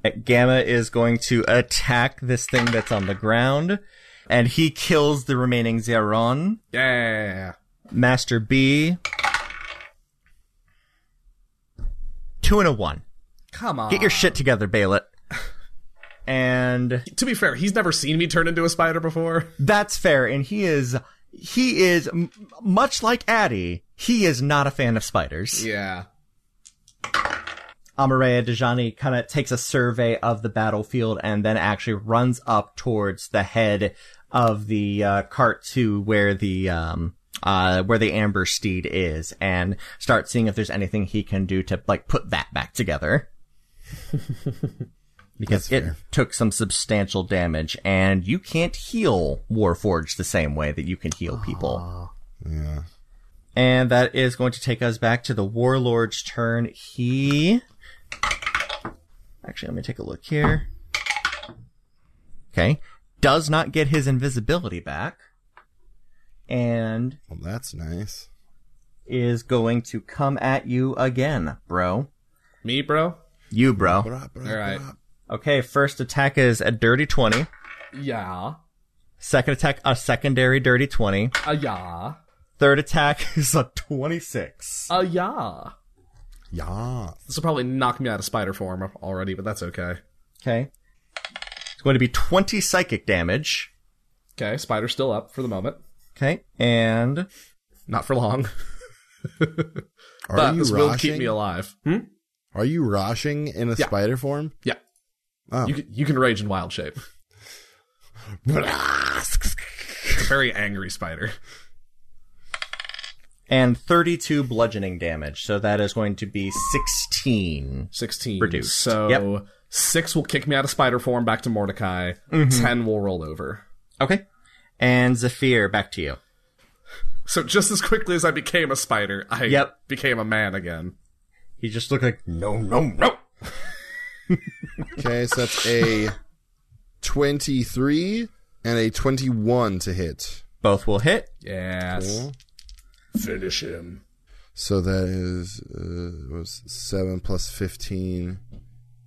Speaker 5: Uh, Gamma is going to attack this thing that's on the ground, and he kills the remaining Zeron.
Speaker 6: yeah.
Speaker 5: Master B. Two and a one.
Speaker 6: Come on.
Speaker 5: Get your shit together, Baylet. And
Speaker 6: to be fair, he's never seen me turn into a spider before.
Speaker 5: That's fair, and he is he is m- much like Addy. He is not a fan of spiders.
Speaker 6: Yeah.
Speaker 5: Amareya Dejani kind of takes a survey of the battlefield and then actually runs up towards the head of the uh, cart to where the um, uh, where the amber steed is and starts seeing if there's anything he can do to like put that back together. because it took some substantial damage and you can't heal Warforged the same way that you can heal people.
Speaker 3: Yeah.
Speaker 5: And that is going to take us back to the warlord's turn. He. Actually, let me take a look here. Okay. Does not get his invisibility back. And
Speaker 3: Well, that's nice.
Speaker 5: is going to come at you again, bro.
Speaker 6: Me, bro?
Speaker 5: You, bro.
Speaker 3: Bra, bra,
Speaker 6: All right.
Speaker 3: bra.
Speaker 5: Okay, first attack is a dirty 20.
Speaker 6: Yeah.
Speaker 5: Second attack, a secondary dirty 20.
Speaker 6: A Uh, yeah.
Speaker 5: Third attack is a 26.
Speaker 6: A yeah.
Speaker 3: Yeah.
Speaker 6: This will probably knock me out of spider form already, but that's okay.
Speaker 5: Okay. It's going to be 20 psychic damage.
Speaker 6: Okay, spider's still up for the moment.
Speaker 5: Okay. And
Speaker 6: Not for long.
Speaker 3: Are
Speaker 6: but
Speaker 3: you
Speaker 6: this
Speaker 3: rushing?
Speaker 6: will keep me alive. Hmm?
Speaker 3: Are you rushing in a
Speaker 6: Yeah.
Speaker 3: spider form?
Speaker 6: Yeah.
Speaker 3: Oh.
Speaker 6: You, can- you can rage in wild shape. It's a very angry spider.
Speaker 5: and 32 bludgeoning damage. So that is going to be 16.
Speaker 6: 16.
Speaker 5: Reduced.
Speaker 6: So
Speaker 5: Yep.
Speaker 6: 6 will kick me out of spider form back to Mordecai.
Speaker 3: Mm-hmm.
Speaker 6: 10 will roll over.
Speaker 5: Okay. And Zephyr, back to you.
Speaker 6: So just as quickly as I became a spider, I
Speaker 5: Yep.
Speaker 6: became a man again.
Speaker 5: He just looked like
Speaker 3: No, no, no. okay, so that's a 23 and a 21 to hit.
Speaker 5: both will hit.
Speaker 6: Yes. Finish him.
Speaker 3: So that is uh, was 7 plus 15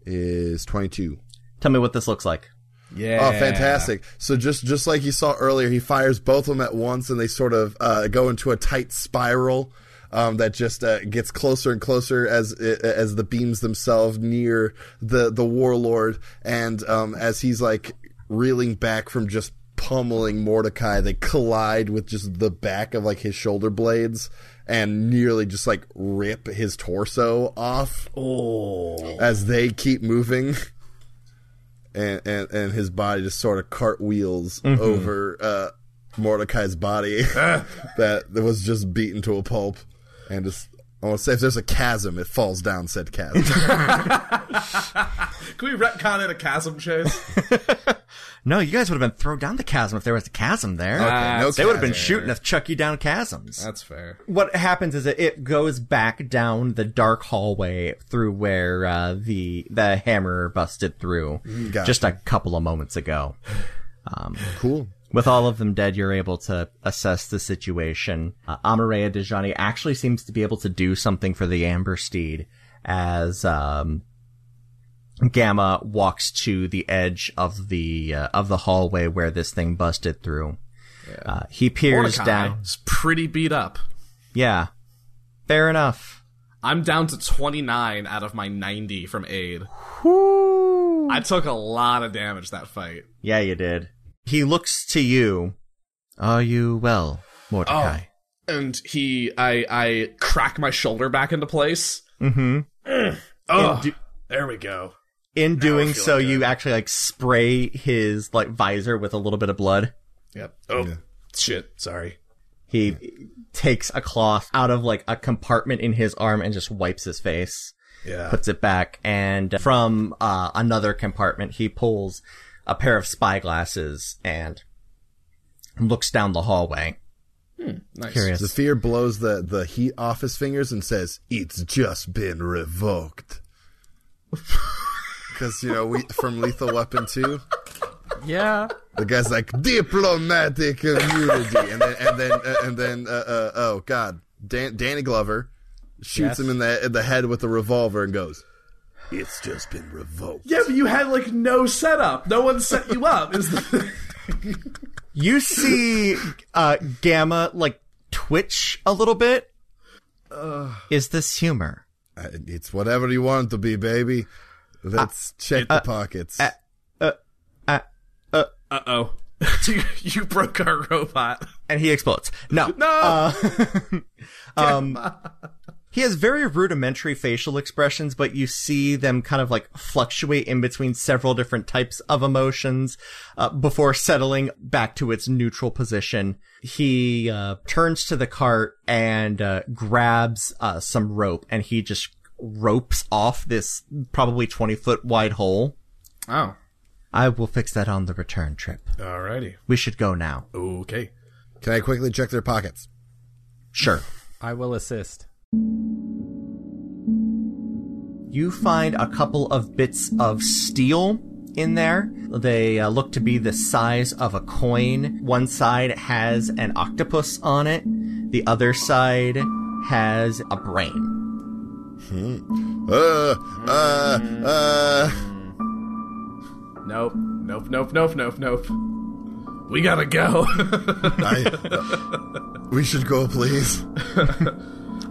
Speaker 3: is 22.
Speaker 5: Tell me what this looks like.
Speaker 6: Yeah.
Speaker 3: Oh, fantastic! So just just like you saw earlier, he fires both of them at once, and they sort of uh, go into a tight spiral um, that just uh, gets closer and closer as uh, as the beams themselves near the the warlord, and um, as he's like reeling back from just pummeling Mordecai, they collide with just the back of like his shoulder blades. And nearly just like rip his torso off as they keep moving and, and, and his body just sort of cartwheels over uh, Mordecai's body that that was just beaten to a pulp. And just, I want to say, if there's a chasm, it falls down said chasm.
Speaker 6: Can we retcon in a chasm chase?
Speaker 5: No, you guys would have been thrown down the chasm if there was a chasm there.
Speaker 3: no
Speaker 5: they would have
Speaker 3: chasm.
Speaker 5: been shooting to chuck you down chasms.
Speaker 6: That's fair.
Speaker 5: what happens is it, it goes back down the dark hallway through where uh, the the hammer busted through
Speaker 3: gotcha.
Speaker 5: just a couple of moments ago.
Speaker 3: cool.
Speaker 5: With all of them dead, you're able to assess the situation. Uh, Amareya Dejani actually seems to be able to do something for the Amber Steed as um, Gamma walks to the edge of the uh, of the hallway where this thing busted through. Uh, he peers
Speaker 6: Mordecai
Speaker 5: down.
Speaker 6: is pretty beat up.
Speaker 5: Yeah, fair enough.
Speaker 6: I'm down to 29 out of my 90 from aid. I took a lot of damage that fight.
Speaker 5: Yeah, you did. He looks to you. Are you well, Mordecai?
Speaker 6: And he, I, I crack my shoulder back into place.
Speaker 5: Mm-hmm.
Speaker 6: Oh, there we go.
Speaker 5: In doing
Speaker 6: feeling
Speaker 5: so,
Speaker 6: good.
Speaker 5: you actually like spray his like visor with a little bit of blood.
Speaker 6: Yep. Oh, shit. Sorry.
Speaker 5: He takes a cloth out of like a compartment in his arm and just wipes his face,
Speaker 6: Yeah.
Speaker 5: puts it back, and from uh, another compartment he pulls a pair of spyglasses and looks down the hallway.
Speaker 6: Nice.
Speaker 5: Curious.
Speaker 3: Zephyr blows the, the heat off his fingers and says, It's just been revoked. Because, you know, we from Lethal Weapon 2.
Speaker 7: Yeah.
Speaker 3: The guy's like diplomatic immunity, and then and then uh, and then uh, uh, oh god, Dan- Danny Glover shoots him in the in the head with a revolver and goes, "It's just been revoked."
Speaker 6: Yeah, but you had like no setup. No one set you up. Is the...
Speaker 5: You see uh, Gamma like twitch a little bit. Is this humor?
Speaker 3: Uh, It's whatever you want it to be, baby. Let's check the pockets.
Speaker 6: Uh oh. you, you broke our robot.
Speaker 5: And he explodes. No.
Speaker 6: No.
Speaker 5: Uh, Um, He has very rudimentary facial expressions, but you see them kind of like fluctuate in between several different types of emotions uh, before settling back to its neutral position. He uh, turns to the cart and uh, grabs uh, some rope and he just ropes off this probably 20 foot wide hole.
Speaker 6: Oh.
Speaker 5: I will fix that on the return trip.
Speaker 6: Alrighty.
Speaker 5: We should go now.
Speaker 6: Okay.
Speaker 3: Can I quickly check their pockets?
Speaker 5: Sure.
Speaker 7: I will assist.
Speaker 5: You find a couple of bits of steel in there. They uh, look to be the size of a coin. One side has an octopus on it, the other side has a brain.
Speaker 3: Uh, uh, uh.
Speaker 6: Nope. Nope. Nope. Nope. Nope. Nope. We gotta go.
Speaker 3: I, we should go, please.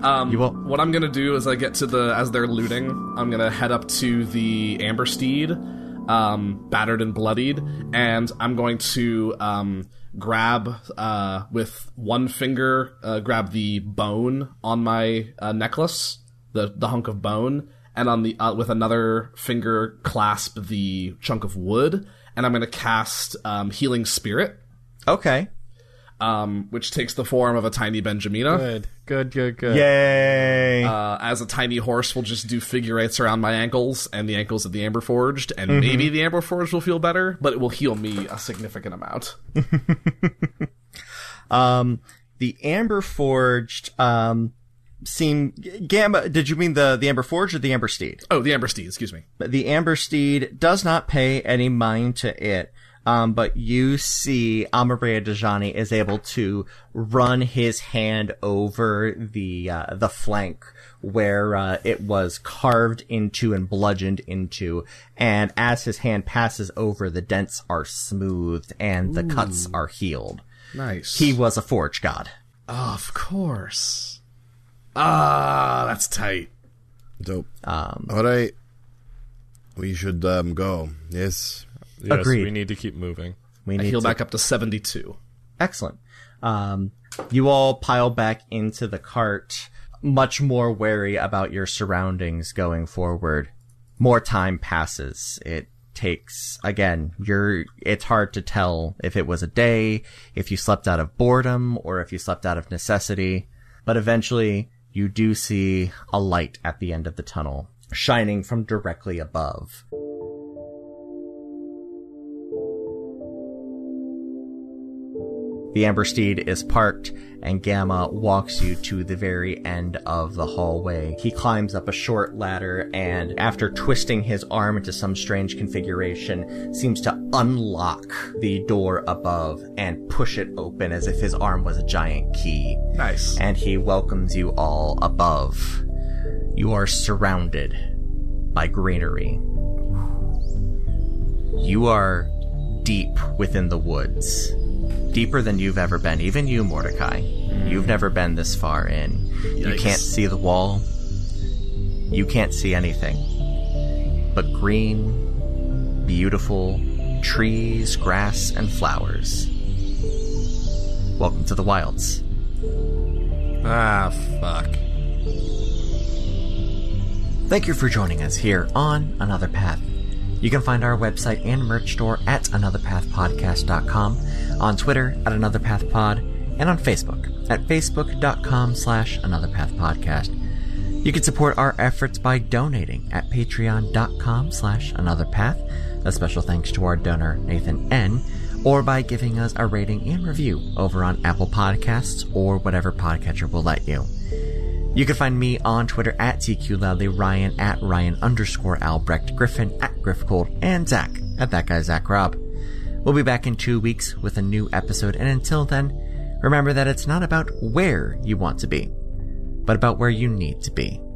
Speaker 6: um,
Speaker 5: You will-
Speaker 6: What I'm gonna do is I get to the as they're looting, I'm gonna head up to the Amber Steed, um, battered and bloodied, and I'm going to um, grab uh, with one finger, uh, grab the bone on my uh, necklace, the the hunk of bone, and on the uh, with another finger clasp the chunk of wood, and I'm gonna cast um, healing spirit.
Speaker 5: Okay.
Speaker 6: um, which takes the form of a tiny Benjamina.
Speaker 7: Good, good, good, good.
Speaker 5: Yay.
Speaker 6: Uh, as a tiny horse will just do figure eights around my ankles and the ankles of the Amber Forged, and maybe the Amber Forged will feel better, but it will heal me a significant amount.
Speaker 5: um, the Amber Forged, um, seem, Gamma, did you mean the, the Amber Forged or the Amber Steed?
Speaker 6: Oh, the Amber Steed, excuse me.
Speaker 5: the Amber Steed does not pay any mind to it. Um, but you see Amaria Dejani is able to run his hand over the, uh, the flank where, uh, it was carved into and bludgeoned into. And as his hand passes over, the dents are smoothed and the cuts are healed.
Speaker 6: Nice.
Speaker 5: He was a forge god.
Speaker 6: of course. Ah, that's tight.
Speaker 3: Dope. Um, All right. We should um, go. Yes.
Speaker 2: Yes,
Speaker 5: Agreed.
Speaker 2: we need to keep moving.
Speaker 5: We
Speaker 6: I
Speaker 5: need
Speaker 6: heal
Speaker 5: to
Speaker 6: back up to 72.
Speaker 5: Excellent. Um, you all pile back into the cart, much more wary about your surroundings going forward. More time passes. It takes, again, you're, it's hard to tell if it was a day, if you slept out of boredom, or if you slept out of necessity. But eventually, you do see a light at the end of the tunnel, shining from directly above. The Amber Steed is parked, and Gamma walks you to the very end of the hallway. He climbs up a short ladder and, after twisting his arm into some strange configuration, seems to unlock the door above and push it open as if his arm was a giant key.
Speaker 6: Nice.
Speaker 5: And he welcomes you all above. You are surrounded by greenery. You are deep within the woods deeper than you've ever been. Even you, Mordecai, you've never been this far in. You
Speaker 6: Yikes.
Speaker 5: can't see the wall. You can't see anything. But green, beautiful trees, grass, and flowers. Welcome to the wilds.
Speaker 2: Ah, fuck.
Speaker 1: Thank you for joining us here on Another Path. You can find our website and merch store at anotherpathpodcast.com, on Twitter at anotherpathpod, and on Facebook at facebook.com slash anotherpathpodcast. You can support our efforts by donating at patreon.com slash another path. A special thanks to our donor, Nathan N., or by giving us a rating and review over on Apple Podcasts or whatever podcatcher will let you. You can find me on Twitter at TQLoudly, E, Ryan at Ryan underscore Albrecht, Griffin at Griff Cold, and Zach at that guy Zach Rob. We'll be back in two weeks with a new episode, and until then, remember that it's not about where you want to be, but about where you need to be.